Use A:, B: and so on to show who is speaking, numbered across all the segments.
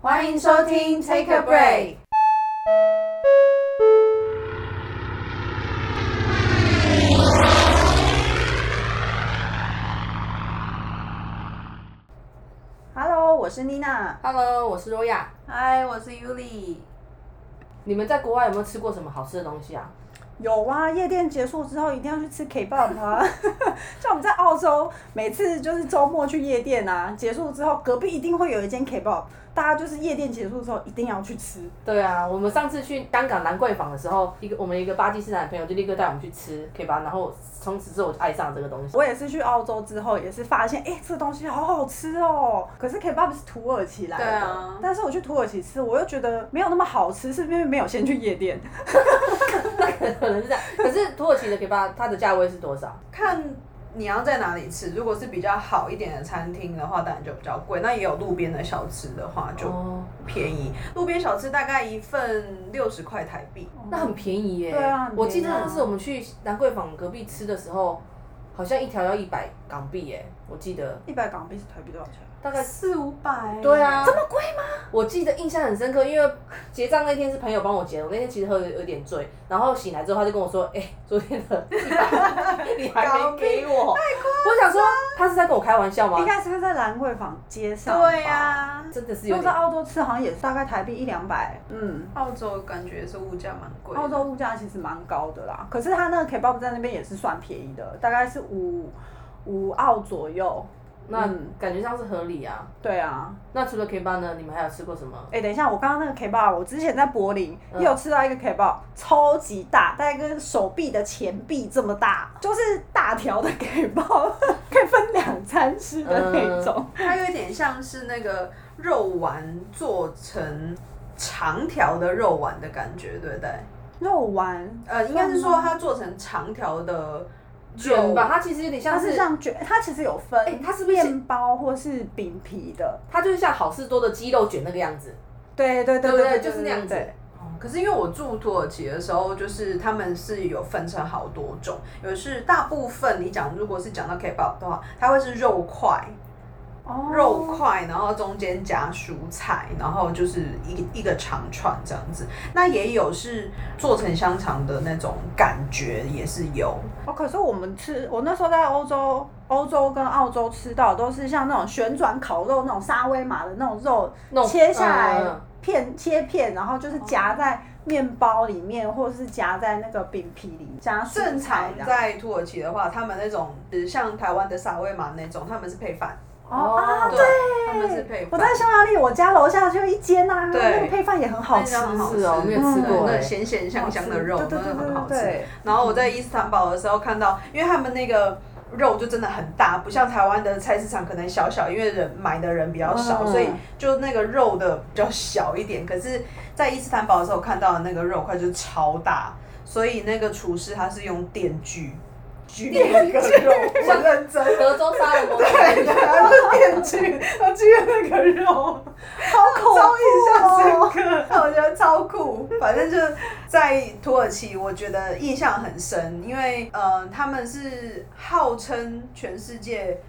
A: 欢迎收听 Take a Break。Hello，我是妮娜。
B: Hello，我是若亚。
A: 嗨，我是 Yuli。
B: 你们在国外有没有吃过什么好吃的东西啊？
A: 有啊，夜店结束之后一定要去吃 Kebab 啊！ 像我们在澳洲，每次就是周末去夜店啊，结束之后隔壁一定会有一间 Kebab，大家就是夜店结束之后一定要去吃。
B: 对啊，我们上次去香港兰桂坊的时候，一个我们一个巴基斯坦的朋友就立刻带我们去吃 K 吧，然后从此之后我就爱上这个 东西。
A: 我也是去澳洲之后，也是发现，哎、这个东西好好吃哦。可是 kebab 是土耳其来的，
C: 对啊
A: 但是我去土耳其吃，我又觉得没有那么好吃，是因为没有先去夜 店。
B: 那可能是这样，可是土耳其的 K 吧，它的价位是多少？
C: 看你要在哪里吃，如果是比较好一点的餐厅的话，当然就比较贵。那也有路边的小吃的话就
B: 哦，
C: 便宜，路边小吃大概一份六十块台币。
B: 那很便宜耶。
A: 对啊很便宜啊
B: 我记得那次我们去兰桂坊隔壁吃的时候，好像一条要一百港币耶，我记得
A: 一百港币是台币多少钱？
B: 大概
C: 四五百
B: 对啊，这么贵吗？我记得印象很深刻，因为结账那天是朋友帮我结的，我那天其实喝的有点醉，然后醒来之后他就跟我说：“哎、昨天的你还没给 我。”我想说他是在跟我开玩笑吗
A: 应？该是会在兰桂坊街上。
C: 对。呀、
B: 真的是有
A: 如果在
B: 点。
A: 澳洲吃，好像也是大概台币一两百。嗯，
C: 澳洲感觉是物价蛮贵的。
A: 澳洲物价其实蛮高的啦。可是它那个 kebab 在那边也是算便宜的，大概是五五澳左右。
B: 那
A: 嗯
B: 感觉上是合理啊。
A: 对啊，
B: 那除了 K 吧呢？你们还有吃过什么？
A: 哎、等一下，我刚刚那个 kebab，我之前在柏林
B: 嗯
A: 也有吃到一个 kebab，、超级大，大概跟手臂的前臂这么大，就是大条的 kebab，可 以分两餐吃的那种。
C: 它有点像是那个肉丸做成长条的肉丸的感觉，对不对？
B: 嗯
A: 肉丸，
C: 呃，应该是
A: 算
C: 说
A: 吗
C: 它做成长条的
B: 卷吧，
C: 肉，
B: 它其实有点
A: 它
B: 像
A: 是
B: 是，
A: 像卷，它其实有分，
B: 哎它是不是
A: 面包或是饼皮的？
B: 它就是像好事多的鸡肉卷那个样子。
A: 对对对
B: 对
A: 对，
B: 对就是那样子
A: 对
C: 可是因为我住土耳其的时候，就是他们是有分成好多种，有是大部分你讲如果是讲到 kebab 的话，它会是肉块，
A: 哦
C: 肉块，然后中间夹蔬菜，然后就是一一个长串这样子。那也有是做成香肠的那种感觉，也是有。
A: 哦，可是我们吃，我那时候在欧洲，欧洲跟澳洲吃到的都是像那种旋转烤肉那种沙威玛的那种肉，
B: 那种
A: 切下来
B: 嗯嗯嗯
A: 片切片，然后就是夹在面包里面，或者是夹在那个饼皮里，加蔬菜
C: 正常
A: 这样
C: 在土耳其的话，他们那种，比如像台湾的沙威玛那种，他们是配饭，
A: 哦啊
B: 哦
A: 对，
C: 他们是配饭
A: 我在匈牙利，我家楼下就有一间啊，
C: 对
A: 那个配饭也很好吃，
C: 那个很好吃
B: 是哦，没有吃
A: 嗯
B: 过哎
C: 那。咸咸香香的肉，
A: 对对
C: 真
A: 对
C: 的很好
A: 对
C: 吃。
A: 对嗯
C: 然后我在伊斯坦堡的时候看到，因为他们那个肉就真的很大，不像台湾的菜市场可能小小，因为人买的人比较少，
A: 嗯
C: 所以就那个肉的比较小一点。可是，在伊斯坦堡的时候看到的那个肉块就是超大，所以那个厨师他是用电锯锯那个肉，我认真。
B: 德州杀人魔。
C: 对的，他用电锯，他锯那个肉。
A: 对，好恐哦
C: 超印
A: 怖哦
C: 象深刻，我觉得超酷。反正就在土耳其，我觉得印象很深，因为呃，他们是号称全世界。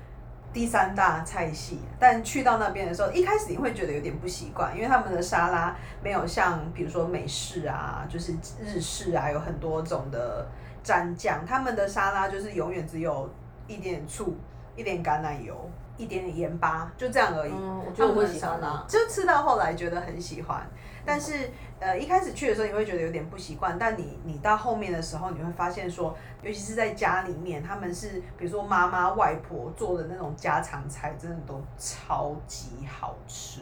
C: 第三大菜系，但去到那边的时候，一开始你会觉得有点不习惯，因为他们的沙拉没有像比如说美式啊，就是日式啊，有很多种的蘸酱，他们的沙拉就是永远只有一点点醋、一点橄榄油、一点点盐巴，就这样而已。
B: 嗯，我觉
C: 他
B: 得我
C: 们
B: 会
C: 很
B: 喜欢
C: 少
B: 的。
C: 就吃到后来觉得很喜欢，但是呃一开始去的时候你会觉得有点不习惯，但你你到后面的时候你会发现说，尤其是在家里面，他们是比如说妈妈、外婆做的那种家常菜，真的都超级好吃，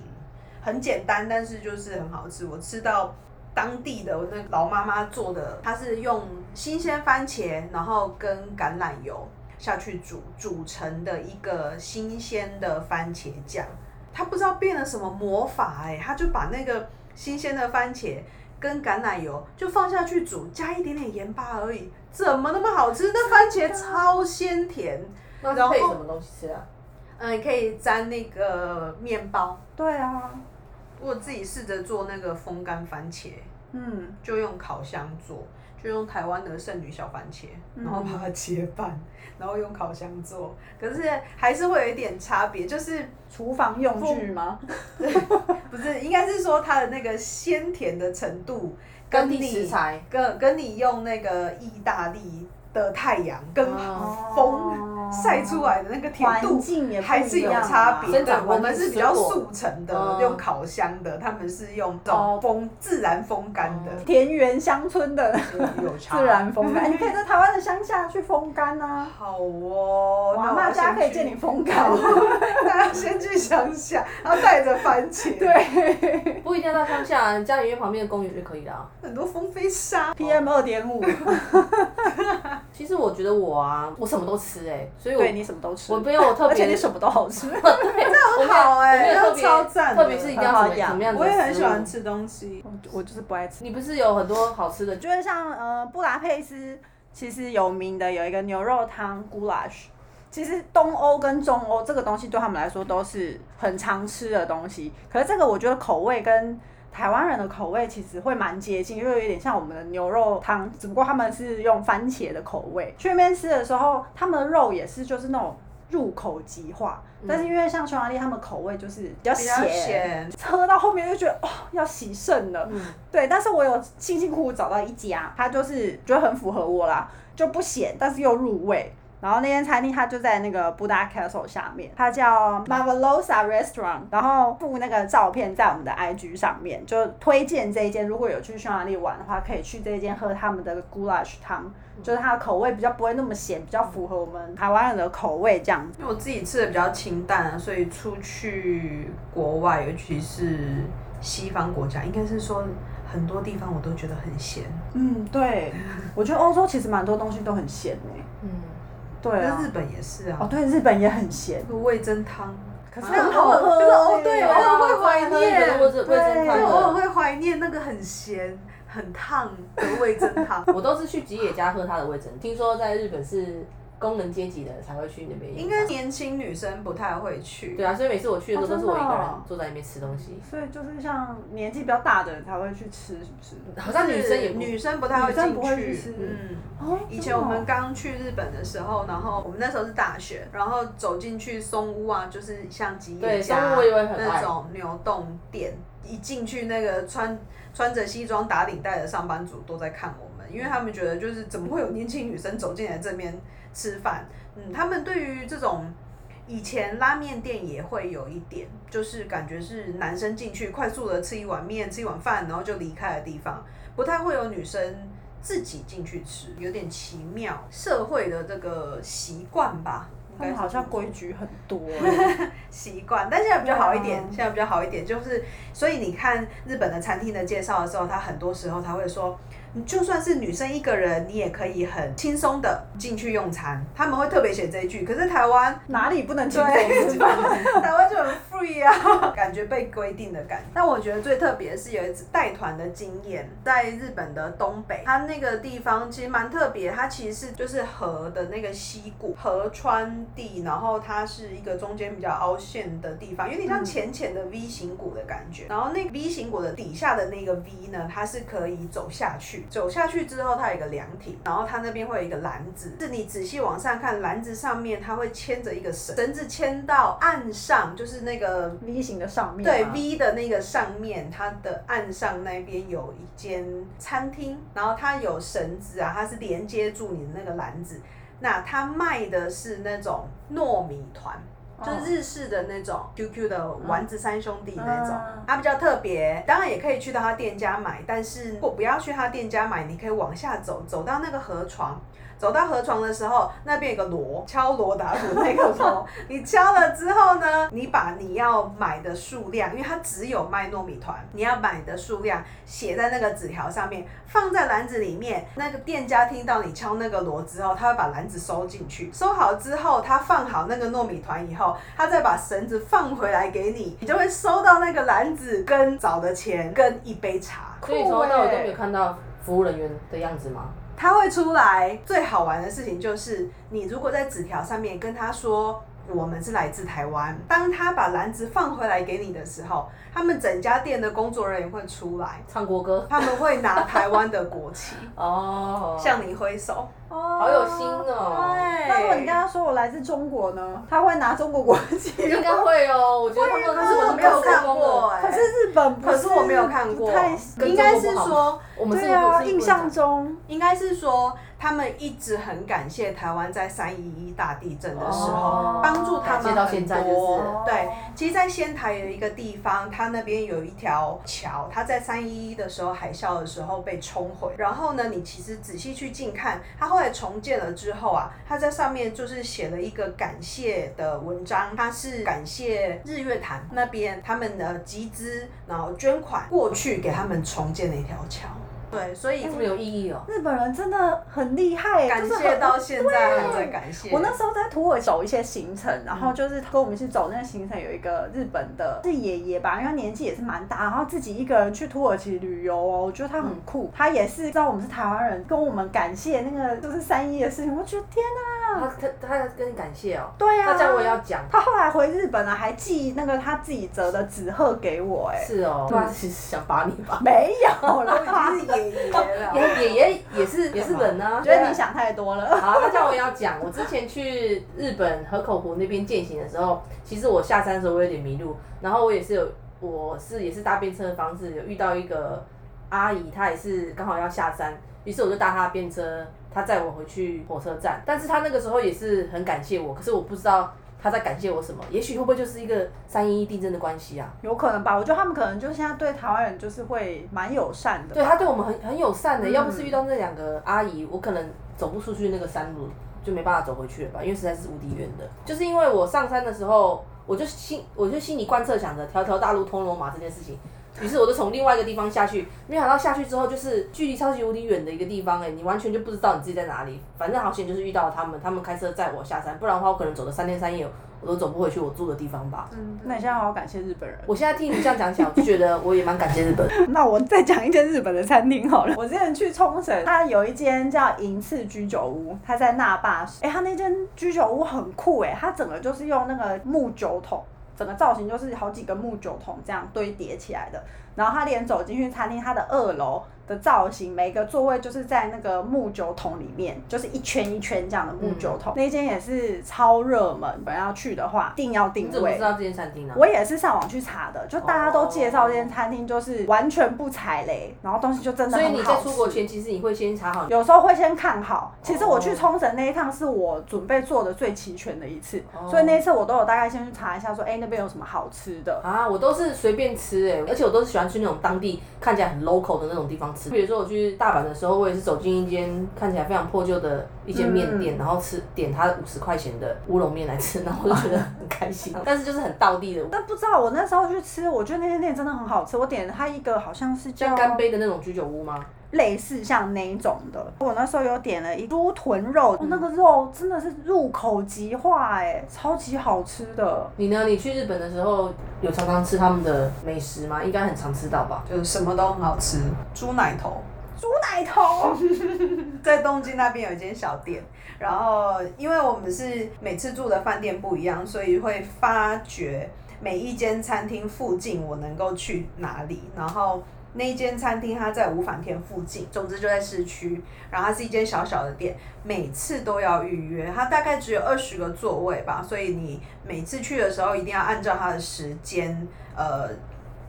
C: 很简单，但是就是很好吃。我吃到当地的那个老妈妈做的，她是用新鲜番茄，然后跟橄榄油下去煮煮成的一个新鲜的番茄酱。她不知道变了什么魔法哎、她就把那个新鲜的番茄跟橄榄油就放下去煮，加一点点盐巴而已，怎么那么好吃？那番茄超鲜甜，
B: 那
C: 然
B: 是
C: 后
B: 配什么东西吃啊？
C: 嗯，你可以沾那个面包。
A: 对啊，
C: 我自己试着做那个风干番茄，
A: 嗯，
C: 就用烤箱做，就用台湾的剩女小番茄，然后把它
A: 嗯
C: 切半，然后用烤箱做，可是还是会有一点差别，就是
A: 厨房用具吗？
C: 不是应该是说它的那个鲜甜的程度，
B: 跟
C: 跟
B: 地食
C: 你
B: 材，
C: 跟跟你用那个意大利的太阳跟
B: 哦
C: 风晒出来的那个甜
A: 环
C: 度
A: 境也不一样啊
C: 还是有差别
B: 生
C: 的。
B: 长
C: 我
B: 环境
C: 们是比较
B: 水果
C: 速成的
B: 嗯，
C: 用烤箱的，他们是用这
A: 哦
C: 种风自然风干的，
A: 田园乡村的
C: 有 差。
A: 哦自然风 干，你可以在台湾的乡下去风干啊。
C: 好哦，
A: 哇，
C: 那我
A: 那
C: 要
A: 大家
C: 先
A: 可以
C: 去
A: 见你风干。
C: 大家先去乡下，然后带着番 茄，，
A: 对
B: 不一定要到乡下，啊你家里面旁边的公园就可以了。啊
C: 很多风飞沙。
A: ，PM 二点五，
B: 其实我觉得我啊，我什么都吃哎、所以我
A: 对你什么都吃
B: 我，没有特别，
A: 而且你什么都好吃。
B: 很
C: 好欸
B: 我没有特别
C: 那超赞的
B: 特别是一定要
A: 很
B: 什
A: 好
B: 么
A: 养
B: 什么样子，
C: 我也很喜欢。吃东西，
A: 我 我就是不爱吃。
B: 你不是有很多好吃的
A: 我？觉得像呃布达佩斯，其实有名的有一个牛肉汤 goulash。其实东欧跟中欧这个东西对他们来说都是很常吃的东西，可是这个我觉得口味跟台湾人的口味其实会蛮接近，就有点像我们的牛肉汤，只不过他们是用番茄的口味。去那边吃的时候，他们的肉也是就是那种入口即化，但是因为像匈牙利他们口味就是比较
C: 比
A: 咸，
C: 较咸。
A: 喝到后面就觉得哦要洗肾了，
B: 嗯
A: 对，但是我有辛辛苦苦找到一家，它就是觉得很符合我啦，就不咸，但是又入味。然后那间餐厅它就在那个布达 Castle 下面，它叫 Marvelosa Restaurant，然后附那个照片在我们的 IG 上面，就推荐这一间。如果有去匈牙利玩的话，可以去这一间喝他们的 goulash 汤，就是它的口味比较不会那么咸，比较符合我们台湾人的口味这样子。
C: 因为我自己吃的比较清淡啊，所以出去国外，尤其是西方国家，应该是说很多地方我都觉得很咸。
A: 嗯，对，我觉得欧洲其实蛮多东西都很咸诶、
B: 嗯，
A: 对啊
C: 那，日本也是
A: 哦
C: 啊，
A: 对，日本也很咸。
C: 那个味噌汤，
A: 可是
C: 啊
A: 很好喝、
C: 就是哦对
A: 欸
C: 偶尔会怀
B: 喝一
C: 念
B: 个味噌味噌
A: 对
C: 就偶尔
B: 汤的。
C: 会怀念那个很咸、很烫的味噌 汤。
B: 我都是去吉野家喝他的味噌，听说在日本是工人阶级的才会去那边用。
C: 应该年轻女生不太会去，
B: 对啊，所以每次我去的时候
A: 哦
B: 都是我一个
A: 真的
B: 人
A: 哦
B: 坐在里面吃东西，
A: 所以就是像年纪比较大的人才会去吃，是不是？
B: 好像女生也不
C: 女生不太会
A: 女生不会
C: 进
A: 去
C: 去
A: 吃。
C: 嗯，
A: 哦
C: 以前我们刚去日本的时候，然后我们那时候是大学，然后走进去松屋啊，就是像吉野
B: 对
C: 家
B: 松屋我也会很
C: 那
B: 爱
C: 种牛洞店，一进去那个穿穿着西装打领带的上班族都在看我们，因为他们觉得就是怎么会有年轻女生走进来这边吃饭？嗯，他们对于这种。以前拉面店也会有一点，就是感觉是男生进去快速的吃一碗面、吃一碗饭，然后就离开的地方，不太会有女生自己进去吃，有点奇妙，社会的这个习惯吧，应
A: 他
C: 该
A: 们
C: 是
A: 好像
C: 这么说
A: 规矩很多、欸，
C: 习惯，但现在比较好一点，
A: 对啊
C: 现在比较好一点，就是所以你看日本的餐厅的介绍的时候，他很多时候他会说，你就算是女生一个人，你也可以很轻松的进去用餐，他们会特别写这一句。可是台湾，
A: 哪里不能轻松
C: 对
A: 吃饭？，
C: 台湾就很 free 啊， 感觉被规定的感觉。但我觉得最特别的是有一次带团的经验，在日本的东北，它那个地方其实蛮特别，它其实是就是河的那个溪谷、河川地，然后它是一个中间比较凹陷的地方，有点像浅浅的 V 型谷的感觉。然后那个 V 型谷的底下的那个 V 呢，它是可以走下去，走下去之后它有一个凉亭，然后它那边会有一个篮子，是你仔细往上看，篮子上面它会牵着一个绳，绳子牵到岸上，就是那个
A: V 型的上面、啊
C: 对 V 的那个上面，它的岸上那边有一间餐厅，然后它有绳子啊，它是连接住你的那个篮子。那它卖的是那种糯米团，
A: 哦
C: 就是日式的那种 QQ 的丸子三兄弟那种
A: 嗯，
C: 它比较特别。当然也可以去到他店家买，但是如果不要去他店家买，你可以往下走，走到那个河床。走到河床的时候，那边有个锣，敲锣打鼓那个 锣。你敲了之后呢，你把你要买的数量，因为它只有卖糯米团，你要买的数量写在那个纸条上面，放在篮子里面。那个店家听到你敲那个锣之后，他会把篮子收进去，收好之后，他放好那个糯米团以后，他再把绳子放回来给你，你就会收到那个篮子跟找的钱跟一杯茶。
B: 所以从头到尾
A: 酷欸
B: 都没有看到服务人员的样子吗？
C: 他会出来。最好玩的事情就是，你如果在纸条上面跟他说。我们是来自台湾。当他把篮子放回来给你的时候，他们整家店的工作人员会出来，
B: 唱国歌
C: 他们会拿台湾的国旗
B: 哦，
C: 向你挥手。
A: 哦
B: 好有心哦，
C: 对，
A: 那如果你跟他说我来自中国呢，他会拿中国国 旗吗。
B: 应该会哦，我觉得他们
C: 可是我
B: 们
C: 没有看
B: 成功的
C: 过、哎，
A: 可是日本不，
C: 可是我没有看过
A: 不太
B: 跟
C: 应该
B: 中
C: 是
B: 国不好
C: 说，
B: 我们是
A: 对
B: 不
A: 啊，
B: 是
A: 印象中
C: 应该是说，他们一直很感谢台湾在三一一大地震的时
B: 哦
C: 候帮、助他
B: 感谢
C: 们
B: 到现在
C: 很
B: 就是
C: 多。
B: 了
C: 对，其实，在仙台有一个地方，它那边有一条桥，它在三一一的时候海啸的时候被冲毁。然后呢，你其实仔细去近看，它后来重建了之后啊，它在上面就是写了一个感谢的文章，它是感谢日月潭那边他们的集资，然后捐款过去给他们重建了一条桥。对，所以
B: 这么有意义哦。
A: 日本人真的很厉害，
C: 感
A: 就是
C: 谢
A: 很
C: 到现在还在感谢。
A: 我那时候在土耳其走一些行程，然后就是跟我们去走那个行程，有一个日本的是爷爷吧，因为他年纪也是蛮大，然后自己一个人去土耳其旅游哦，我觉得他很酷。他也是知道我们是台湾人，跟我们感谢那个就是三一的事情，我觉得天哪、
B: 他他他跟你感谢哦，
A: 对啊呀、
B: 那这样我也要讲，
A: 他后来回日本了，还寄那个他自己折的纸鹤给我、哎，
B: 是哦，对啊，其实想把你吧。
A: 没有
C: 我
A: 了，
C: 已经是爷爷了。
B: 爷爷爷也是也是人啊，
A: 我觉得你想 太多了。
B: 好，那这样我也要讲，我之前去日本河口湖那边践行的时候，其实我下山的时候我有点迷路，然后我也是有，我是也是搭便车的方式有遇到一个阿姨，她也是刚好要下山，于是我就搭她的便车，她载我回去火车站，但是她那个时候也是很感谢我，可是我不知道她在感谢我什么，也许会不会就是一个三一一地震的关系啊？
A: 有可能吧，我觉得他们可能就现在对台湾人就是会蛮友善的。
B: 对，她对我们很很友善的，
A: 嗯
B: 要不是遇到那两个阿姨，我可能走不出去那个山路，就没办法走回去了吧，因为实在是无敌远的。就是因为我上山的时候，我就心我就心里贯彻想着条条大路通罗马这件事情，于是我就从另外一个地方下去，没想到下去之后就是距离超级无敌远的一个地方、哎，你完全就不知道你自己在哪里。反正好险就是遇到了他们，他们开车载我下山，不然的话我可能走了三天三夜，我都走不回去我住的地方吧。
A: 那你现在好好感谢日本人。
B: 我现在听你这样讲起来，我就觉得我也蛮感谢日本。
A: 那我再讲一间日本的餐厅好了。我之前去冲绳，它有一间叫银次居酒屋，它在那霸市。哎、它那间居酒屋很酷哎、它整个就是用那个木酒桶，整个造型就是好几个木酒桶这样堆叠起来的。然后它连走进去餐厅，它的二楼的造型，每个座位就是在那个木酒桶里面，就是一圈一圈这样的木
B: 嗯
A: 酒桶。那间也是超热门，本来要去的话，一定要定
B: 你怎么
A: 位
B: 知。道这间餐厅呢、啊
A: 我也是上网去查的，就大家
B: 哦
A: 都介绍这间餐厅就是完全不踩雷，然后东西就真的
B: 所以
A: 很
B: 你在
A: 好
B: 出国
A: 吃。
B: 前，其实你会先查好。
A: 有时候会先看好。其实我
B: 哦
A: 去冲绳那一趟是我准备做的最齐全的一次，
B: 哦
A: 所以那一次我都有大概先去查一下说，哎那边有什么好吃的。
B: 啊，我都是随便吃哎、而且我都是喜欢去那种当地看起来很 local 的那种地方吃。比如说我去大阪的时候，我也是走进一间看起来非常破旧的一间面店，然后吃点它五十块钱的乌龙面来吃，然 后我就觉得很开心。但是就是很道地的，
A: 但不知道我那时候去吃，我觉得那间店真的很好吃。我点了它一个好像是叫
B: 像干杯的那种居酒屋吗？
A: 类似像那一种的，我那时候有点了一猪臀肉，哦那个
B: 嗯
A: 肉真的是入口即化、哎，超级好吃的。
B: 你呢？你去日本的时候有常常吃他们的美食吗？应该很常吃到吧？
C: 就是什么都很好吃，猪奶头。
A: 猪奶头。
C: 在东京那边有一间小店，然后因为我们是每次住的饭店不一样，所以会发掘每一间餐厅附近我能够去哪里。然后那一间餐厅它在五反田附近，总之就在市区。然后它是一间小小的店，每次都要预约，它大概只有二十个座位吧，所以你每次去的时候一定要按照它的时间，呃。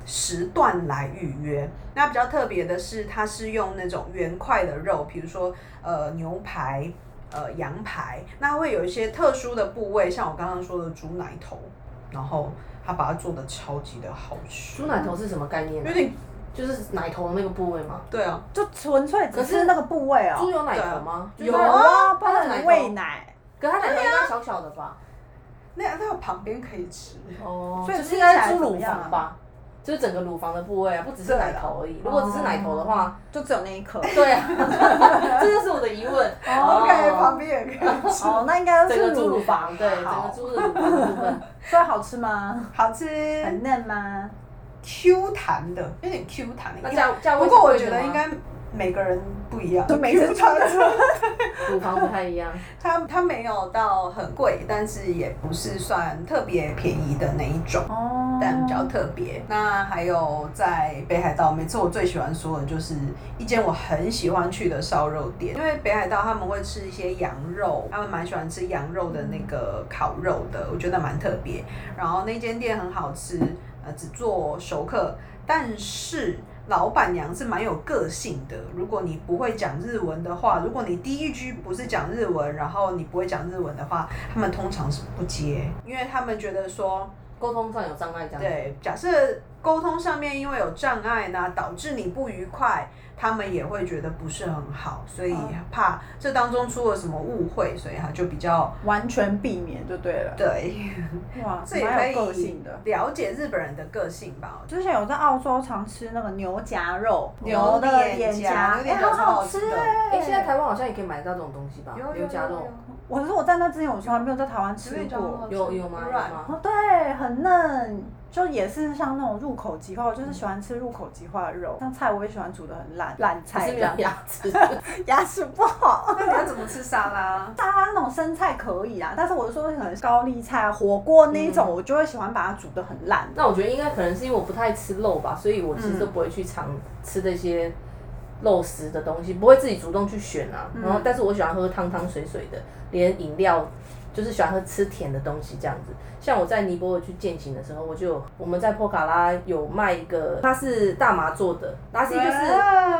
C: 时段来预约，那比较特别的是，它是用那种圆块的肉，比如说呃牛排、呃羊排，那它会有一些特殊的部位，像我刚刚说的猪奶头，然后它把它做的超级的好吃，
B: 猪奶头是什么概念呢
C: 有？点
B: 就是奶头的那个部位吗？
C: 对啊，
A: 就纯粹只
B: 可
A: 是
B: 是
A: 那个部位
B: 猪
A: 哦、
B: 有奶头吗？
C: 对啊有
A: 啊，
B: 它
A: 帮
B: 的
A: 你
B: 奶
A: 喂
B: 头，
A: 奶，
B: 可是它奶头应该小小的吧？
C: 那它旁边可以吃，
B: 哦，
A: 所以
B: 就是
A: 吃
B: 应
A: 起来
B: 该是
A: 怎么
B: 乳
A: 样啊
B: 房吧，就是整个乳房的部位啊，不只是
C: 对
B: 奶
C: 啦
B: 头而已。如果只是奶头的话，
A: 就只有那一颗。
B: 对啊， 这就是我的疑问。
C: 我感觉哦旁
B: 边
C: 边也可以 吃，
A: 哦，那应该
B: 整
A: 是
B: 个猪乳房，对，整个
C: 好
B: 猪的乳房的部分。
A: 所以好吃吗？
C: 好吃
A: 很嫩吗？
C: ，Q 弹的，有点 Q 弹的
B: 那。价价位
C: 不
B: 是
C: 过我
B: 贵的
C: 觉得
B: 吗
C: 应该每个人不一样，
A: 就每次穿
C: 穿着，
B: 乳房不太一样，
C: 它它没有到很贵，但是也不是算特别便宜的那一种。
A: 哦
C: 但比较特别。那还有在北海道，每次我最喜欢说的就是一间我很喜欢去的烧肉店，因为北海道他们会吃一些羊肉，他们蛮喜欢吃羊肉的那个烤肉的，我觉得蛮特别。然后那间店很好吃，呃，只做熟客，但是。老板娘是蛮有个性的。如果你不会讲日文的话，如果你第一句不是讲日文，然后你不会讲日文的话，他们通常是不接，因为他们觉得说
B: 沟通上有障碍这样。，
C: 对，假设沟通上面因为有障碍呢，导致你不愉快，他们也会觉得不是很好，所以
A: 嗯
C: 怕这当中出了什么误会，所以他就比较
A: 完全避免就对了。
C: 对，
A: 哇，
C: 这也可
A: 蛮有个
C: 以
A: 性的。
C: 了解日本人的个性吧。
A: 之前有在澳洲常吃那个牛夹肉，哦
C: 牛
A: 的
C: 脸夹
A: 夹，
C: 牛
A: 哎，
C: 脸夹
A: 好
C: 超好
A: 吃
C: 吃的
A: 哎、
B: 哎，现在台湾好像也可以买到这种东西吧？牛夹肉，
A: 我是我在那之前，我从来没有在台湾吃
C: 有点
A: 过。
B: 有有吗？有
C: 软
B: 吗？
A: 哦，对，很嫩，就也是像那种入口即化，我就是喜欢吃入口即化的肉。像菜我也喜欢煮的很烂，烂
B: 还
A: 菜
B: 是
A: 这
B: 没
A: 样
B: 有，牙齿？
A: 牙齿不好。
C: 那你要怎么吃沙拉？
A: 大家那种生菜可以啦，但是我是说可能高丽菜啊、火锅
B: 嗯
A: 那一种，我就会喜欢把它煮的很烂。
B: 那我觉得应该可能是因为我不太吃肉吧，所以我其实
C: 嗯
B: 都不会去尝吃这些肉食的东西，不会自己主动去选啊。然
C: 嗯
B: 后，但是我喜欢喝汤汤水水的，连饮料就是喜欢喝吃甜的东西这样子。像我在尼泊尔去践行的时候，我就有我们在波卡拉有卖一个，它是大麻做的，它是就是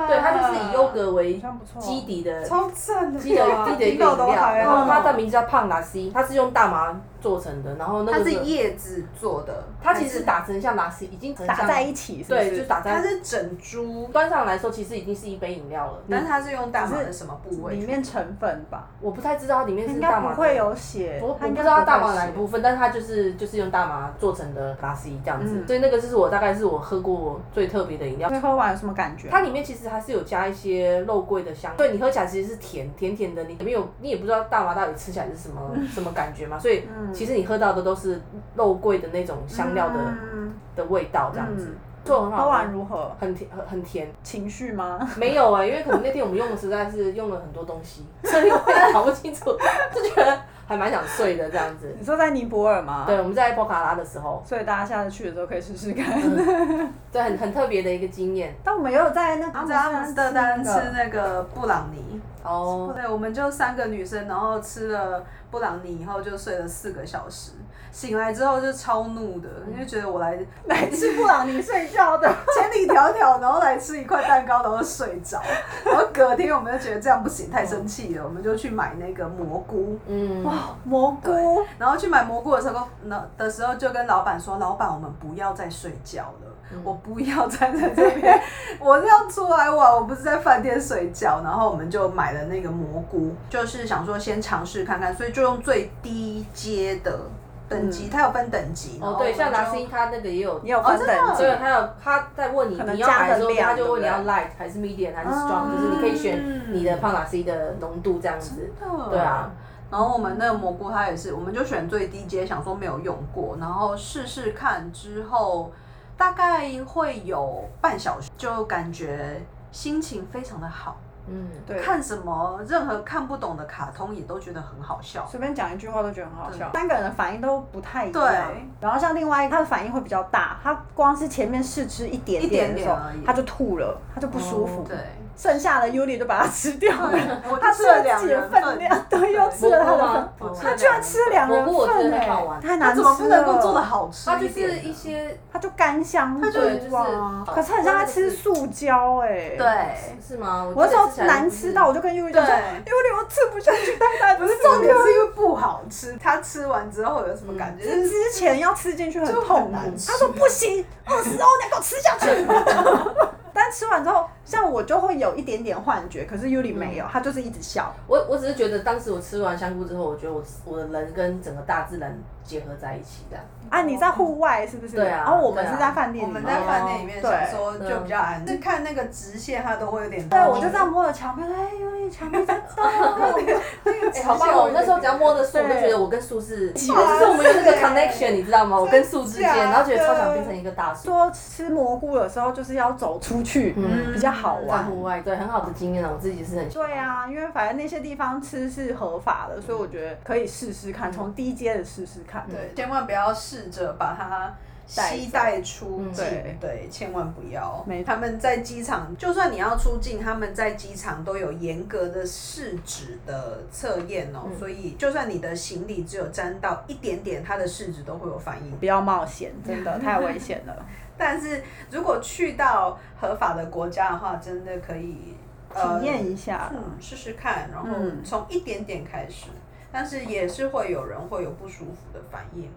B: 对，它就是以优格为
A: 好像不错哦
B: 基底的
C: 超赞的吧，
B: 基底的基底的一
C: 听
B: 个
C: 到
B: 饮
C: 都
B: 料，
C: 嗨
B: 然后
C: 了
B: 它的名字叫胖达西，它是用大麻做成的，然后那
C: 它
B: 个
C: 是叶子做的，
B: 它其实
C: 还是
B: 打成像达西，已经成
A: 打
B: 像
A: 在一起是不
B: 对
A: 是？
B: 就打在
C: 它是整株，
B: 端上来说，其实已经是一杯饮料
A: 嗯
B: 了。但
C: 但是它是用大麻的什么部位去
A: 里面成分吧，
B: 我不太知道它里面是
A: 应
B: 大
A: 该
B: 麻
A: 不
B: 的，
A: 会有血
B: 我，我不
A: 它应该
B: 知道它大麻
A: 不会
B: 哪
A: 写
B: 一部分，但是它就是就是用大麻做成的拉西这样子，
A: 嗯
B: 所以那个就是我大概是我喝过最特别的饮料。
A: 所以喝完有什么感觉？
B: 它里面其实还是有加一些肉桂的香，对你喝起来其实是甜甜甜的，你里面有你也不知道大麻到底吃起来是什么什么感觉嘛，所以
A: 嗯
B: 其实你喝到的都是肉桂的那种香料的、
A: 嗯
B: 的味道这样子，
A: 嗯，
B: 做得很
A: 喝
B: 好
A: 完
B: 喝，
A: 如何？
B: 很甜很很甜，
A: 情绪吗？
B: 没有哎、因为可能那天我们用的实在是用了很多东西， 所以我也搞不清楚， 就觉得还蛮想睡的这样子。
A: 你说在尼泊尔吗？
B: 对，，我们在波卡拉的时候，
A: 所以大家下次去的时候可以试试看。
B: 嗯对，很很特别的一个经验。
A: 但我们也有在那
C: 然
A: 个
C: 后在阿姆斯特丹吃
A: 那个
C: 那个布朗尼，
B: 哦，
C: 对，我们就三个女生，然后吃了布朗尼以后就睡了四个小时，醒来之后就超怒的，因为觉得我来
A: 来吃布朗尼睡觉 的，
C: 千里迢迢，然后来吃一块蛋糕，然后睡着，然后隔天我们就觉得这样不行，太生气了，我们就去买那个蘑菇，
B: 嗯，
A: 蘑菇
C: 然后去买蘑菇的时候，那的时候就跟老板说，老板，我们不要再睡觉了。
B: 嗯
C: 我不要站在这 边，我是要出来玩，我不是在饭店睡觉。然后我们就买了那个蘑菇，就是想说先尝试看看，所以就用最低阶的等级，它有分等级。然
B: 嗯哦
C: 后
B: 对，像
C: 我们
B: 达
C: 就
B: 斯汀他那个也有，
A: 也有分
C: 真的
A: 等
C: 哦
A: 级
B: 所以，他有他在问你
A: 可能
B: 你要买的时候，
A: 加很量
B: 他就问你要
A: 对不
B: light 还是 medium 还是 strong，、
A: 嗯
B: 就是你可以选你的胖达斯的浓度这样子。
C: 嗯
A: 嗯
B: 对啊，
C: 然后我们那个蘑菇它也是，我们就选最低阶，想说没有用过，然后试试看之后，大概会有半小时，就感觉心情非常的好，
B: 嗯，
A: 对，
C: 看什么任何看不懂的卡通也都觉得很好 笑。
A: 随便讲一句话都觉得很好笑。三个人的反应都不太一样
C: 对，
A: 然后像另外一个他的反应会比较大，他光是前面试吃一点点的时候
C: 一点点而已，
A: 他就吐了，他就不舒服
B: 哦，
C: 对，
A: 剩下的 Yuli 就把它吃掉 了。
C: 我
A: 他
C: 就
A: 吃
C: 吃了
A: 了自
C: 两
A: 己的
C: 人
A: 分量， 对，又吃
B: 蘑
A: 了他
B: 菇
A: 的
B: 吗
A: 分，？
B: 哦
A: 他居然吃两人
B: 蘑菇我觉
A: 份
B: 得很好
A: 哎，
B: 玩
A: 太
C: 他
A: 难吃
C: 怎
A: 了。
C: 么不能够做的好吃
B: 它就
C: 一点呢
B: 是一些
A: 它就干香
C: 它就
A: 对
B: 就是
A: 哇
B: 好
A: 可是很像在吃塑胶哎、
C: 对。
B: 是吗？我
A: 我那时
B: 记得
A: 候
B: 起来嗯
A: 难
B: 是
A: 吃到，我就跟优里讲说，
C: 对
A: 优里我吃不下去，太难吃
C: 不是重点，是因为不好吃。他吃完之后有什么
A: 嗯
C: 感觉？就是
A: 之前要吃进去很痛
C: 就很
A: 苦
C: 难，吃
A: 他说不行，二十欧你要给我吃下去。但吃完之后，像我就会有一点点幻觉，可是优里没有，他就是一直笑。
B: 我我只是觉得当时我吃完香菇之后，我觉得我我的人跟整个大自然结合在一起 的。
A: 啊，你在户外是不是？
B: 对啊
A: 然后我们
B: 对啊
A: 是在饭店
C: 我
A: 里面。
C: 们在饭店里面
A: 对
C: 享受就比较安，
B: 嗯
C: 就看那个直线，它都会有点。
A: 对，我就这样摸了墙壁，哎，有点墙壁 在动。
B: 哎、好棒哦！我那时候只要摸着树，我就觉得我跟树是，就是我们有那个 connection，你知道吗？我跟树之间，然后觉得超想变成一个大树。
A: 说吃蘑菇有时候就是要走出去，
B: 嗯
A: 比较好
B: 在
A: 玩。
B: 户外，对，很好的经验啊，我自己是很喜欢
A: 对，啊，因为反正那些地方吃是合法的，所以我觉得可以试试看，从低阶的试试看。
C: 对，千万不要试着把它携带出境，
A: 嗯
C: 对，千万不要
A: 没。
C: 他们在机场，就算你要出境，他们在机场都有严格的试纸的测验哦，
A: 嗯
C: 所以就算你的行李只有沾到一点点，它的试纸都会有反应。
A: 不要冒险，真 的太危险了。
C: 但是如果去到合法的国家的话，真的可以、呃、
A: 体验一下
C: 嗯，试试看，然后
A: 嗯
C: 从一点点开始，但是也是会有人会有不舒服的反应，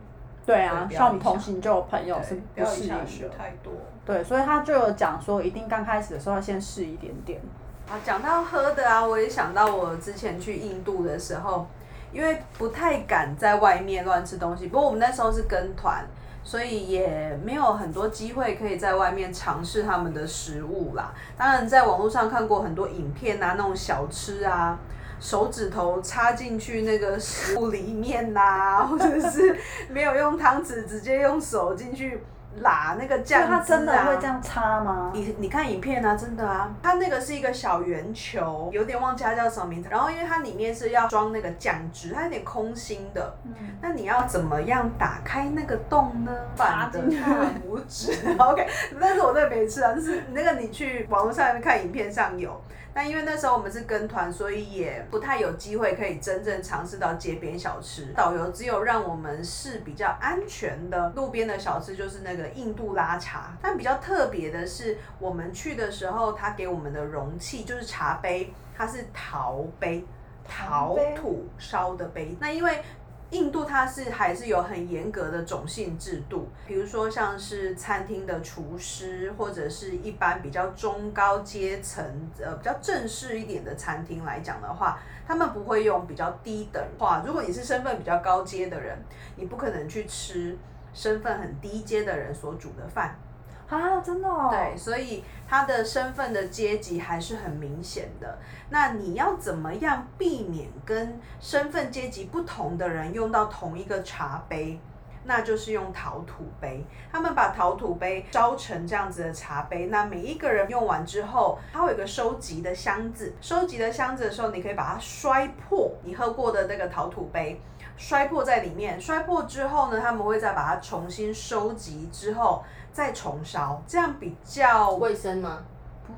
A: 对啊，
C: 对
A: 像我们同行就有朋友
C: 对
A: 是
C: 不
A: 不
C: 要
A: 适
C: 一
A: 应
C: 下吃
A: 的。
C: 太多。
A: 对，所以他就有讲说，一定刚开始的时候要先试一点点。
C: 啊，讲到喝的啊，我也想到我之前去印度的时候，因为不太敢在外面乱吃东西。不过我们那时候是跟团，所以也没有很多机会可以在外面尝试他们的食物啦。当然，在网络上看过很多影片啊，那种小吃啊。手指头插进去那个食物里面呐、或者是没有用汤匙，直接用手进去拉那个
A: 所
C: 酱
A: 以
C: 汁啊。
A: 他真的会这样擦吗？
C: 你你看影片啊，真的啊，它那个是一个小圆球，有点忘记它叫什么名字。然后因为它里面是要装那个酱汁，它有点空心的。那你要怎么样打开那个洞呢？
A: 插
C: 反
A: 进
C: 的
A: 去
C: 大拇指。OK，但是我那个没吃啊，就是那个你去网络上面看影片上有。那因为那时候我们是跟团，所以也不太有机会可以真正尝试到街边小吃。导游只有让我们试比较安全的路边的小吃，就是那个印度拉茶。但比较特别的是，我们去的时候，他给我们的容器就是茶杯，它是陶杯，
A: 陶
C: 陶
A: 杯
C: 土烧的杯。那因为印度它是还是有很严格的种姓制度，比如说像是餐厅的厨师，或者是一般比较中高阶层、呃比较正式一点的餐厅来讲的话，他们不会用比较低等话。如果你是身份比较高阶的人，你不可能去吃身份很低阶的人所煮的饭。
A: 啊，真的哦。
C: 对，所以他的身份的阶级还是很明显的。那你要怎么样避免跟身份阶级不同的人用到同一个茶杯？那就是用陶土杯，他们把陶土杯烧成这样子的茶杯。那每一个人用完之后，它会有一个收集的箱子，收集的箱子的时候，你可以把它摔破你喝过的那个陶土杯，摔破在里面。摔破之后呢，他们会再把它重新收集之后再重烧，这样比较
B: 卫生吗？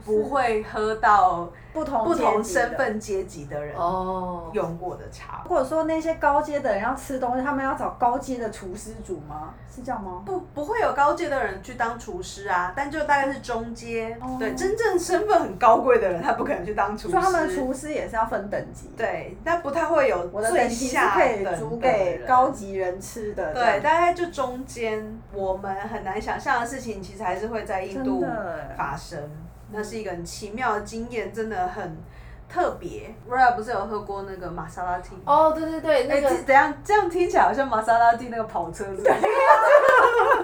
C: 不会喝到
A: 不同
C: 不同
A: 阶级的
C: 身份阶级的人
B: 哦，
C: 用过的茶。
A: 或者说那些高阶的人要吃东西，他们要找高阶的厨师煮吗？是这样吗？
C: 不不会有高阶的人去当厨师啊，但就大概是中阶。
A: 哦
C: 对，真正身份很高贵的人，他不可能去当厨师。
A: 所以他们的厨师也是要分等级。，
C: 对，但不太会有
A: 我的
C: 最
A: 等级是
C: 下
A: 可以
C: 等
A: 煮
C: 的
A: 给
C: 人
A: 高级人吃的。
C: 对，大概就中间，我们很难想象的事情，其实还是会在印度
A: 真的
C: 发生。那是一个很奇妙的经验，真的很特别。Rara 不是有喝过那个玛莎拉蒂？
B: 哦，对对对，
C: 哎、
B: 那
C: 这
B: 个
C: 怎样？这样听起来好像玛莎拉蒂那个跑车似的。
A: 啊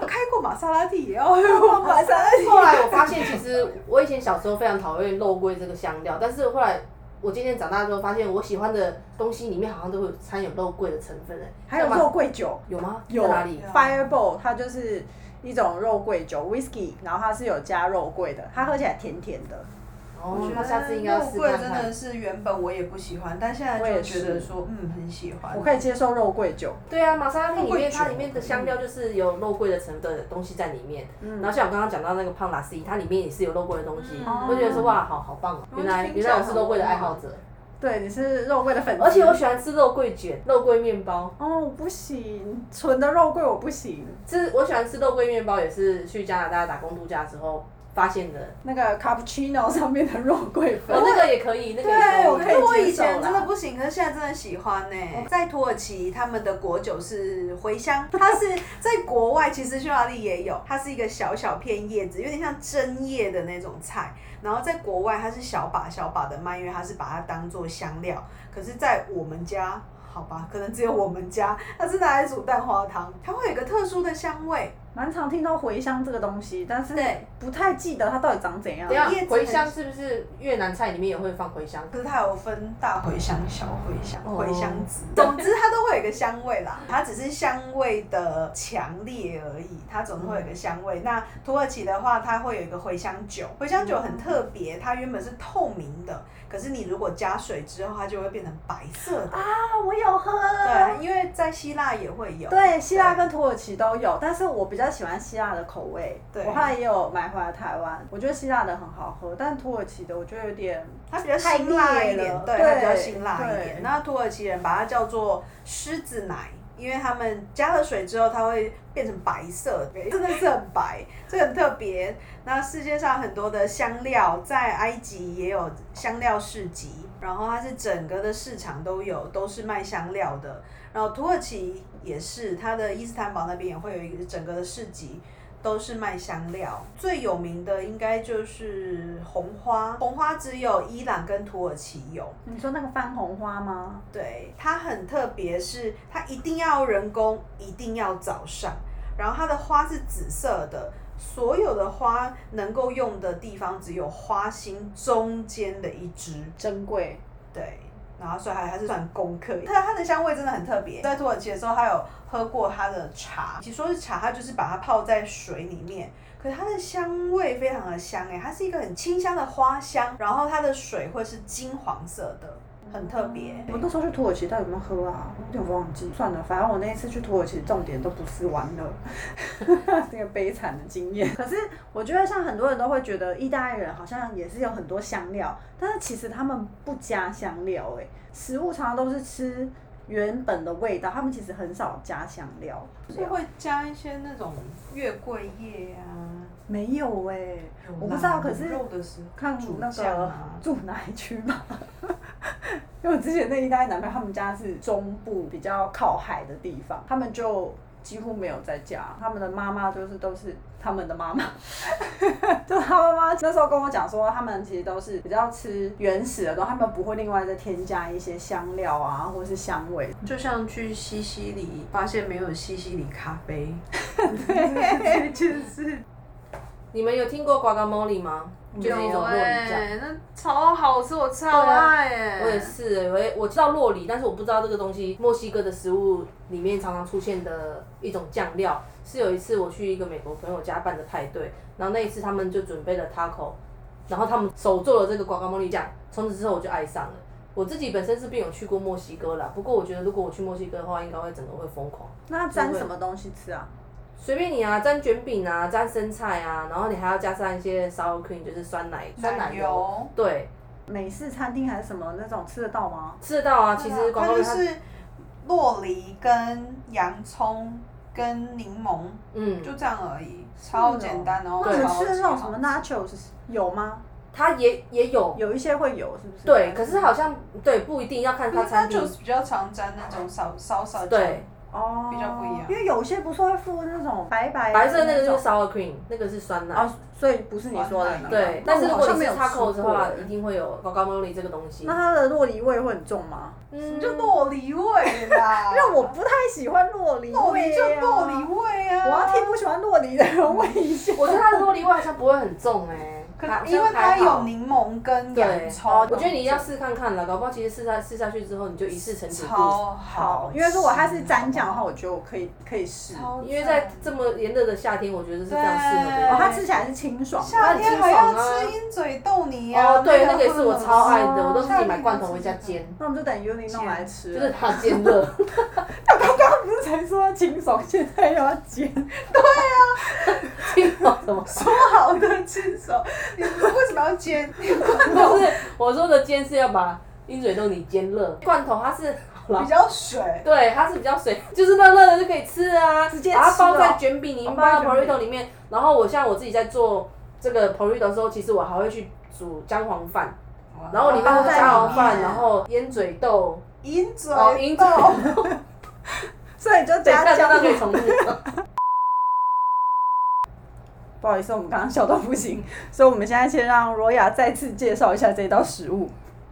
C: 开过玛莎拉蒂也要喝 过玛莎拉蒂。
B: 后来我发现，其实我以前小时候非常讨厌肉桂这个香料，但是后来我渐渐长大之后，发现我喜欢的东西里面好像都会有掺有肉桂的成分诶、
A: 还有
B: 像
A: 肉
B: 吗
A: 桂酒，
B: 有吗？
A: 有
B: 在哪里？
A: Fireball，它就是一种肉桂酒 whisky，然后它是有加肉桂的，它喝起来甜甜的。
B: 哦，那下次应该要试
C: 嗯肉桂
B: 看
C: 真
B: 看
C: 的。是原本我也不喜欢，但现在
A: 我也
C: 就觉
A: 是
C: 得说，嗯，很喜欢。
A: 我可以接受肉桂酒，
B: 对啊，玛莎拉蒂里
C: 肉桂
B: 面
C: 酒
B: 它里面的香料就是有肉桂的成的东西在里面，
A: 嗯
B: 然后像我刚刚讲到那个胖拉丝，它里面也是有肉桂的东西，
C: 嗯
B: 我就觉得说哇，好好棒哦！
C: 嗯
B: 原来
C: 听起
B: 原
C: 来哦
B: 来我是肉桂的爱好者，
A: 对，你是肉桂的粉丝。
B: 而且我喜欢吃肉桂卷、肉桂面包，
A: 哦，我不行，纯的肉桂我不行。
B: 这我喜欢吃肉桂面包，也是去加拿大打工度假之后发现的。
A: 那个 cappuccino 上面的肉桂粉
B: 哦，，那个也可以，那个也
C: 对，
A: 我
B: 可
A: 可
B: 以。
A: 以
C: 我
A: 接
C: 以
A: 受
C: 前
A: 啦
C: 真的不行，可是现在真的喜欢呢、在土耳其，他们的国酒是茴香，它是在国外，其实匈牙利也有，它是一个小小片叶子，有点像针叶的那种菜。然后在国外，它是小把小把的卖，因为它是把它当做香料。可是，在我们家，好吧，可能只有我们家，它是拿来煮蛋花汤，它会有一个特殊的香味。
A: 蛮常听到茴香这个东西，但是
C: 对
A: 不太记得它到底长怎样
B: 等一。下
C: 叶子
B: 啊茴
C: 很
B: 香是不是越南菜里面也会放茴香？
C: 可是它有分大茴香、小茴香、
B: 哦
C: 茴香籽，总之它都会有一个香味啦。它只是香味的强烈而已，它总是会有一个香味。那土耳其的话，它会有一个茴香酒，茴香酒很特别，它原本是透明的，可是你如果加水之后，它就会变成白色的。
A: 啊，我有喝。
C: 对，因为在希腊也会有。
A: 对，希腊跟土耳其都有，但是我比较喜欢希腊的口味。
C: 对
A: 我后来也有买回来台湾，我觉得希腊的很好喝，但土耳其的我觉得有点
C: 它比较辛辣一
A: 太烈
C: 点
A: 了，
C: 对，
A: 对
C: 它比较辛辣一
A: 对
C: 点。那土耳其人把它叫做狮子奶，因为他们加了水之后，它会变成白色，真的是很白，这很特别。那世界上很多的香料，在埃及也有香料市集，然后它是整个的市场都有，都是卖香料的。然后土耳其也是，它的伊斯坦堡那边也会有一个整个的市集，都是卖香料，最有名的应该就是红花。红花只有伊朗跟土耳其有，
A: 你说那个番红花吗？
C: 对，它很特别，是它一定要人工，一定要早上，然后它的花是紫色的。所有的花能够用的地方，只有花心中间的一支。
A: 珍贵，
C: 对，然后所以它还是算功课。它它的香味真的很特别，在土耳其的时候，还有喝过它的茶，其实说是茶，它就是把它泡在水里面。可是它的香味非常的香诶、它是一个很清香的花香，然后它的水会是金黄色的，很特别。
A: 哎我那时候去土耳其到底有没有喝啊？我有点忘记。算了，反正我那一次去土耳其，重点都不是玩乐， 这个悲惨的经验。可是我觉得，像很多人都会觉得意大利人好像也是有很多香料，但是其实他们不加香料、欸，食物常常都是吃原本的味道，他们其实很少加香料。
C: 所以会加一些那种月桂叶啊，
A: 没有哎、我不知道可是
C: 有肉的时候
A: 看
C: 煮
A: 那
C: 酱
A: 个
C: 啊
A: 住哪一区嘛， 因为我之前那一代男朋友他们家是中部比较靠海的地方，他们就几乎没有在家，他们的妈妈就是都是他们的妈 妈，就他妈妈那时候跟我讲说，他们其实都是比较吃原始的东西，他们不会另外再添加一些香料啊或是香味，
C: 就像去西西里，发现没有西西里咖 啡，
A: 对，就是
B: 你们有听过 guacamole 吗？就是一种洛梨酱。
C: 那超好吃，我超
B: 对啊
C: 爱哎、
B: 我也是、欸，我也我知道洛里，但是我不知道这个东西墨西哥的食物里面常常出现的一种酱料。是有一次我去一个美国朋友家办的派对，然后那一次他们就准备了 taco，然后他们手做了这个瓜瓜茉莉酱，从此之后我就爱上了。我自己本身是并有去过墨西哥啦，不过我觉得如果我去墨西哥的话，应该会整个会疯狂。
A: 那沾什么东西吃啊？
B: 随便你啊，沾卷饼啊，沾生菜啊，然后你还要加上一些 sour cream，就是酸奶酸奶油。对，
A: 美式餐厅还是什么那种吃得到吗？
B: 吃得到啊。
C: 对
B: 其
C: 啊
B: 实瓜
C: 它
B: 瓜
C: 就
B: 它
C: 是洛梨跟洋葱跟柠檬，
B: 嗯，
C: 就这样而已，超简单然后
A: 那你们
C: 超
A: 吃的那种
C: 级
A: 什
C: 好
A: 么 nachos 有吗？
B: 它也也有
A: 有一些会有，是不是？
B: 对，可是好像对不一定要看
C: 可
B: 它
C: 是它
B: 餐厅
C: 就。是比较常沾那种烧烧烧酱
B: 对，
A: 哦，
C: 比较不一样
A: 因为有些不是会附那种白白
B: 白色那个
A: 种
B: 就是 sour cream，那个是酸奶。
A: 哦，所以不是你说的那个
B: 对，
A: 那
B: 但
A: 我
B: 是如
A: 好
B: 果
A: 像
B: 你
A: 没
B: 是
A: 有
B: taco
A: 吃
B: 的
A: 过
B: 话，
A: 欸
B: 一定会有 guacamole 这个东西
A: 那。它的洛梨味会很重吗？
B: 嗯
C: 就洛梨味啦。
A: 因为我不太喜欢洛梨味、啊，
C: 洛梨就洛梨，味啊，
A: 我要替不喜欢洛梨的人问一下。
B: 我觉得它的玻璃味好像不会很重哎，
C: 可
B: 它
C: 因为它有
B: 你。
C: 柠檬跟
B: 对
C: 洋，葱，
B: 我觉得你一定要试看看了，搞不好其实试下试下去之后，你就一试成主顾。
C: 超好
A: 好，
C: 吃，
A: 因为如果它是蘸酱的话，我觉得我可以可以试。哦，
C: 超赞，
B: 因为在这么炎热的夏天，我觉得是非常适合
C: 对
B: 的。
A: 它吃起来是清爽的。
C: 夏天还要
B: 它很清爽啊
C: 吃鹰嘴豆泥啊，
B: 哦，对，那
C: 个哦
B: 个也是我超爱的，我都自
C: 夏
B: 己
C: 天
B: 买罐头
C: 吃
B: 回家
C: 这个
B: 煎，
A: 那我们就等 Uni 弄来吃
B: 就
A: 了。
B: 是它煎热。
A: 他不是才说要清爽，现在又要煎。
B: 听懂什么？
C: 不好的亲手， 你为什么要煎？
B: 不是我说的煎是要把鹰嘴豆泥煎热，罐头它是好
C: 比
B: 了，
C: 较水，
B: 对，它是比较水，就是热热的就可以吃啊，
A: 直接吃哦
B: 把它包在卷饼里面，
A: 哦
B: 包在
A: 包在卷饼
B: burrito 里面。然后我像我自己在做这个 burrito 的时候，其实我还会去煮姜黄饭，然后里面
A: 包
B: 会
A: 在
B: 姜黄
A: 里
B: 饭，
A: 面
B: 然后烟嘴豆，
C: 鹰嘴
B: 哦，鹰嘴
C: 豆
B: 豆，
A: 所以就
B: 等一
A: 加
B: 下
A: 酱
B: 真的可以重复。
A: 不好意 思，我们刚刚笑到不行，所以我们现在先让罗雅再次介绍一下这道食物。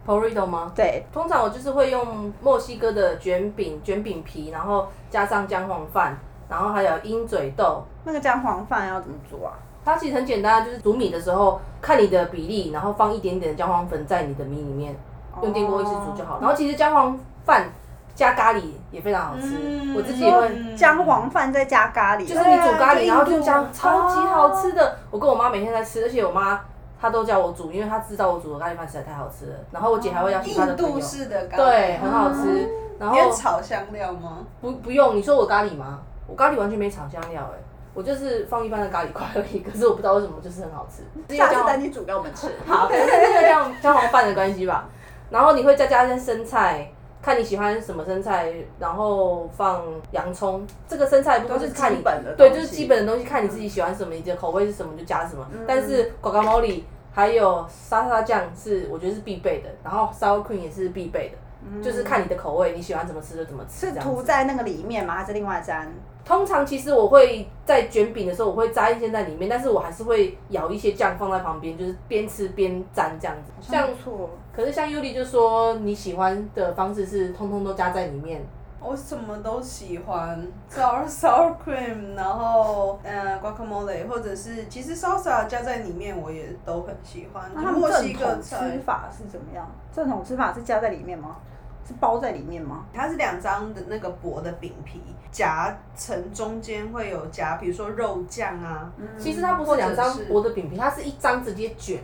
B: Porido 吗？
A: 对，
B: 通常我就是会用墨西哥的卷饼、卷饼皮，然后加上姜黄饭，然后还有鹰嘴豆。
A: 那个姜黄饭要怎么做啊？
B: 它其实很简单，就是煮米的时候看你的比例，然后放一点点的姜黄粉在你的米里面，用电锅一直煮
A: 哦
B: 就
C: 哦
B: 好。然后其实姜黄饭加咖喱也非常好吃，
C: 嗯
B: 我自己也会。
C: 嗯
A: 姜黄饭再加咖喱，
B: 就是你煮咖喱，
C: 对
B: 然
C: 啊
B: 后就
C: 就印
B: 加
C: 度
B: 超级好吃的。我跟我妈每天在吃，而且我妈她都叫我煮，因为她知道我煮的咖喱饭实在太好吃了。然后我姐还会邀请她的
C: 印
B: 朋友
C: 哦度，式的咖喱，嗯哦
B: 对，很好吃。然后
C: 你有炒香料吗？
B: 不不用，你说我咖喱吗？我咖喱完全没炒香料哎、我就是放一般的咖喱块而已。可是我不知道为什么就是很好吃，是因为
A: 下
B: 姜
A: 次
B: 黄
A: 等你煮给我们吃。
B: 好，可能是因为姜姜黄饭的关系吧。然后你会再加一些生菜，看你喜欢什么生菜，然后放洋葱。这个生菜不过就是看你
A: 基本的
B: 对，
A: 东
B: 就
A: 西嗯
B: 是基本的东西，看你自己喜欢什么，你的口味是什么你就加什么。但是 guacamole 还有沙沙酱是我觉得是必备的，然后 sour cream 也是必备的，就是看你的口味，你喜欢怎么吃就怎么吃。
A: 嗯是
B: 这样
A: 涂
B: 子。
A: 在那个里面吗？还是另外沾？
B: 通常其实我会在卷饼的时候，我会扎一些在里面，但是我还是会舀一些酱放在旁边，就是边吃边沾这样子。像
A: 不错，
B: 可是像尤里就说你喜欢的方式是通通都加在里面，
C: 我什么都喜欢，sour sour cream，然后嗯、呃 guacamole，或者是其实 salsa 加在里面我也都很喜欢。
A: 那
C: 就
A: 他
C: 墨
A: 们
C: 西
A: 正
C: 哥
A: 统吃
C: 菜，
A: 法是怎么样？正统吃法是加在里面吗？是包在里面吗？
C: 它是两张的那个薄的饼皮夹层中间会有夹，比如说肉酱啊，
B: 其实它不是两张薄的饼皮，它是一张直接卷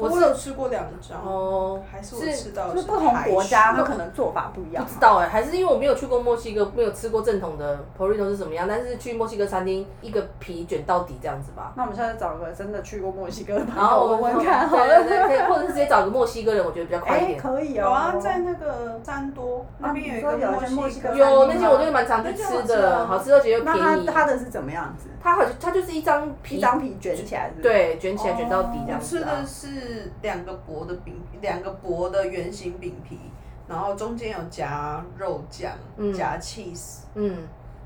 B: 哎、我
C: 我
B: 是
C: 有吃过两张，
B: 哦
C: 还是我
B: 是
C: 吃到的
A: 就是是不同
C: 台
A: 国
C: 式
A: 家
C: 的
A: 它可能做法不一样啊
B: 不。知道哎、还是因为我没有去过墨西哥，没有吃过正统的 burrito 是什么样，但是去墨西哥餐厅一个皮卷到底这样子 吧。
A: 那我们下次找个真的去过墨西哥的朋
B: 然后
A: 友
B: 我
A: 问问看好
B: 对
A: 了。
B: 对对，可以，或者是直接找个墨西哥人，我觉得比较快一
A: 哎，
B: 点。
A: 可以哦。
C: 有啊，在那个三多那边有一
A: 啊你说有一
C: 个
A: 些
C: 墨
A: 墨
C: 西
A: 西
C: 哥
A: 哥
C: 餐厅
B: 有
C: 吗，
B: 那些我都蛮常去吃
C: 那些好吃
B: 的，
C: 啊
B: 好吃而且又便
A: 那它
B: 宜。
A: 它的是怎么样子？
B: 它好像它就是一张
A: 一
B: 皮，
A: 张皮卷起来是不是？
B: 对，卷起来卷到底这样
C: 我吃
B: 子、
C: 的
B: 啊。
C: 哦是两个薄的饼，两个薄的圆形饼皮，然后中间有夹肉酱，
B: 嗯
C: 夹 cheese。
B: 嗯，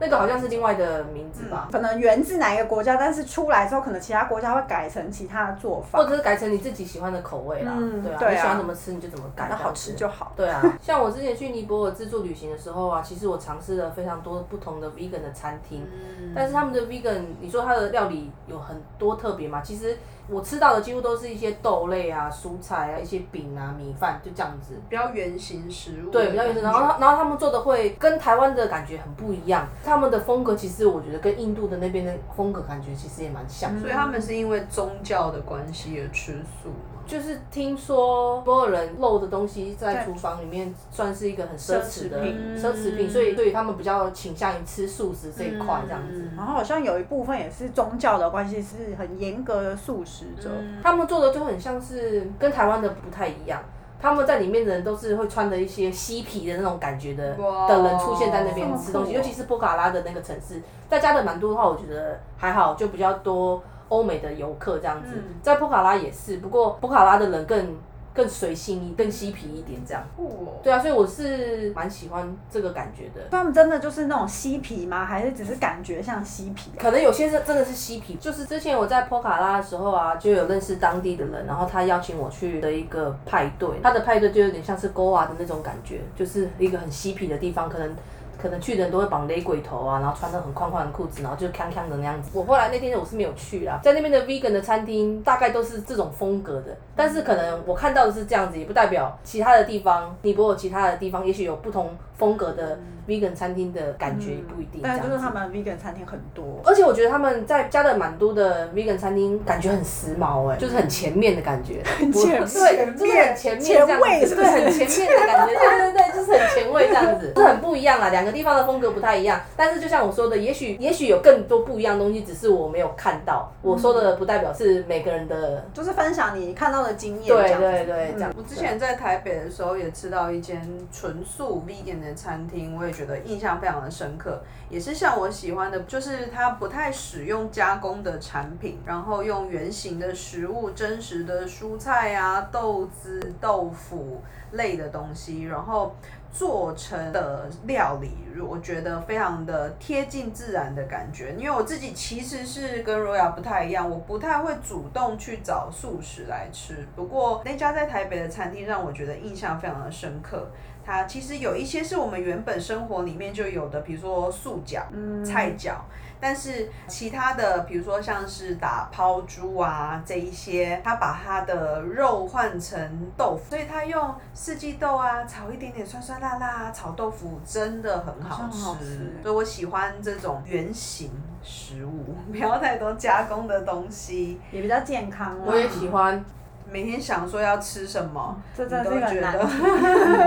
B: 那个好像是另外的名字吧，
A: 可能源自哪一个国家，但是出来之后，可能其他国家会改成其他的做法
B: 或，者是改成你自己喜欢的口味啦。
A: 嗯
B: 对啊，
A: 对啊
B: 你喜欢怎么吃你就怎么改，
A: 感到好吃
B: 这样子。
A: 就好。
B: 对啊，像我之前去尼泊尔自助旅行的时候啊，其实我尝试了非常多不同的 vegan 的餐厅，
A: 嗯
B: 但是他们的 vegan，你说它的料理有很多特别嘛？其实我吃到的几乎都是一些豆类啊、蔬菜啊、一些饼啊、米饭，就这样子。
C: 比较圆形食
A: 嗯
C: 物，
B: 对，比较原始。然后他，然后他们做的会跟台湾的感觉很不一样，他们的风格其实我觉得跟印度的那边的风格感觉其实也蛮像。
C: 所以他们是因为宗教的关系而吃素嘛。
B: 就是听说所有人漏的东西在厨房里面算是一个很奢侈的
A: 奢侈品嗯
B: 奢侈品，所以所以他们比较倾向于吃素食这一块这样子。
A: 然后好像有一部分也是宗教的关系，是很严格的素食者。
C: 嗯
B: 他们做的就很像是跟台湾的不太一样，他们在里面的人都是会穿的一些嬉皮的那种感觉的
C: 哇
B: 的人出现在那边吃东西，
A: 这么酷哦
B: 尤其是波卡拉的那个城市，在加德满都的话，我觉得还好，就比较多欧美的游客这样子，
C: 嗯
B: 在波卡拉也是，不过波卡拉的人更更随性一更嬉皮一点这样。
C: 酷哦，
B: 对啊，所以我是蛮喜欢这个感觉的。
A: 他们真的就是那种嬉皮吗？还是只是感觉像嬉皮啊？
B: 可能有些是真的是嬉皮，就是之前我在波卡拉的时候啊，就有认识当地的人，然后他邀请我去的一个派对，他的派对就有点像是 Goa 的那种感觉，就是一个很嬉皮的地方，可能。可能去的人都会绑雷鬼头啊，然后穿的很宽宽的裤子，然后就康康的那样子。我后来那天我是没有去啦，在那边的 vegan 的餐厅大概都是这种风格的，但是可能我看到的是这样子，也不代表其他的地方，尼泊尔其他的地方也许有不同风格的 vegan 餐厅的感觉，也嗯不一定。这样
A: 嗯但
B: 子。
A: 就是他们 vegan 餐厅很多，
B: 而且我觉得他们在加德满都的 vegan 餐厅感觉很时髦哎、就是很前面的感觉，很
A: 前
B: 对，就是很前面这
A: 前
B: 样
A: 卫
B: 子，
A: 是不
B: 对，
A: 是
B: 很前面的感觉，对对对，就是很前卫这样 子，是很不一样啦，两个地方的风格不太一样，但是就像我说的，也许也许有更多不一样的东西，只是我没有看到，我说的不代表是每个人的，
A: 就是分享你看到的经验。这
B: 对
A: 样子
B: 对对，这样。嗯
C: 我之前在台北的时候也吃到一间纯素 vegan 的餐厅，我也觉得印象非常的深刻，也是像我喜欢的，就是它不太使用加工的产品，然后用原形的食物、真实的蔬菜啊、豆子、豆腐类的东西，然后。做成的料理，我觉得非常的贴近自然的感觉。因为我自己其实是跟 Roya 不太一样，我不太会主动去找素食来吃。不过那家在台北的餐厅让我觉得印象非常的深刻。它其实有一些是我们原本生活里面就有的，比如说素饺、菜饺，但是其他的，比如说像是打抛猪啊这一些，它把它的肉换成豆腐，所以它用四季豆啊炒一点点酸酸辣辣啊炒豆腐，真的很好吃。
A: 好像很好吃
C: 所以我喜欢这种原型食物， 不要太多加工的东西。
A: 也比较健康啊啦。
B: 我也喜欢，
C: 每天想说要吃什么，
A: 这
C: 你
A: 真的
C: 都
A: 是一个
C: 觉
A: 难
C: 得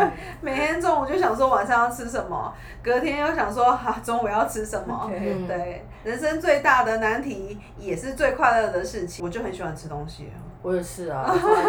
C: 每天中午就想说晚上要吃什么，隔天又想说哈、啊、中午要吃什么。
A: 对
B: 嗯，
C: 对，人生最大的难题也是最快乐的事情。我就很喜欢吃东西，
B: 我也是 啊，我也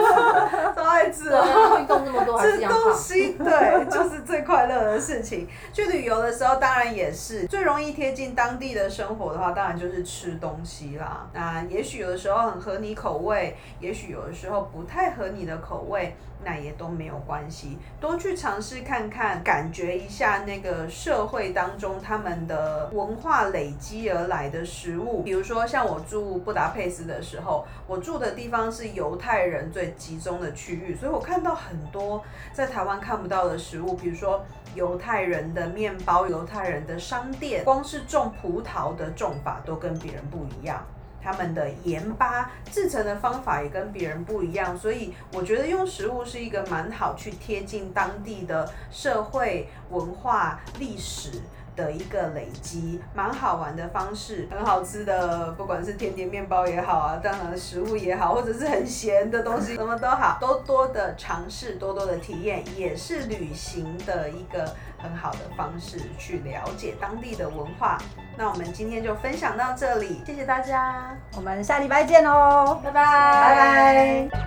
B: 是
C: 超爱吃
B: 对
C: 的。
B: 啊，运动这么多还是
C: 吃
B: 一样
C: 东
B: 胖。
C: 西，对，就是最快乐的事情。去旅游的时候，当然也是最容易贴近当地的生活的话，当然就是吃东西啦。那也许有的时候很合你口味，也许有的时候不太合你的口味，那也都没有关系。多去尝试看看，感觉一下那个社会当中他们的文化累积而来的食物。比如说，像我住布达佩斯的时候，我住的地方是犹太人最集中的区域，所以我看到很多在台湾看不到的食物，比如说犹太人的面包、犹太人的商店，光是种葡萄的种法都跟别人不一样。他们的盐巴制成的方法也跟别人不一样，所以我觉得用食物是一个蛮好去贴近当地的社会文化历史。的一个累积，蛮好玩的方式，很好吃的，不管是甜点面包也好啊，当然食物也好，或者是很咸的东西，什么都好，都多的尝试，多多的体验，也是旅行的一个很好的方式，去了解当地的文化。那我们今天就分享到这里，谢谢大家，
A: 哦我们下礼拜见喽，
B: 拜拜。
C: 拜拜